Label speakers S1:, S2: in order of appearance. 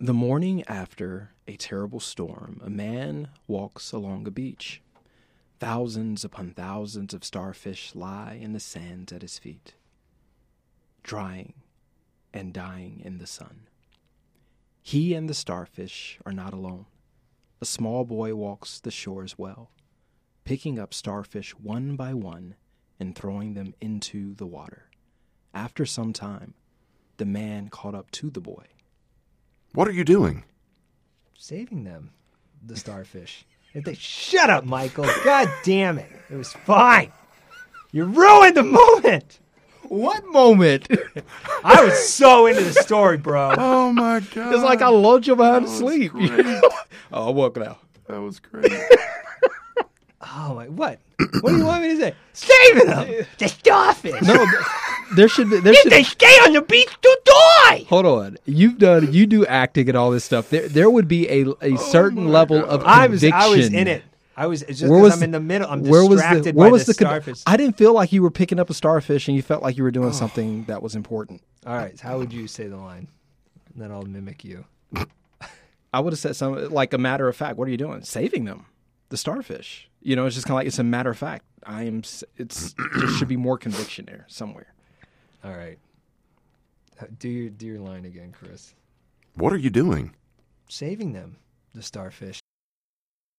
S1: The morning after a terrible storm, a man walks along a beach. Thousands upon thousands of starfish lie in the sands at his feet, drying and dying in the sun. He and the starfish are not alone. A small boy walks the shore as well, picking up starfish one by one and throwing them into the water. After some time, the man caught up to the boy.
S2: What are you doing?
S3: saving them, the starfish. If they shut up, Michael. God damn it! It was fine. You ruined the moment.
S1: What moment?
S3: I was so into the story, bro.
S2: Oh my god!
S1: lulled you behind
S2: That was great.
S1: oh, woke now.
S2: that was great.
S3: Oh my! What? What do you want me to say? Saving them, the starfish.
S1: No, th- there should be. There
S3: Did
S1: should.
S3: they stay on the beach to die?
S1: Hold on. You've done. You do acting and all this stuff. There, there would be a
S2: Oh
S1: a certain level of
S3: I was.
S1: conviction.
S3: I was in it. I was it's just
S1: Where
S3: because
S1: was
S3: I'm in the middle. I'm
S1: where was
S3: distracted
S1: where
S3: by
S1: was
S3: the,
S1: con-
S3: starfish.
S1: I didn't feel like you were picking up a starfish and you felt like you were doing something that was important.
S3: All right. How would you say the line? And then I'll mimic you.
S1: I would have said something like a matter of fact. What are you doing? Saving them, the starfish. You know, it's just kind of like it's a matter of fact. I am. s- It's there should be more conviction there somewhere.
S3: All right. Uh, Do your do your line again, Chris.
S2: what are you doing?
S3: Saving them, the starfish.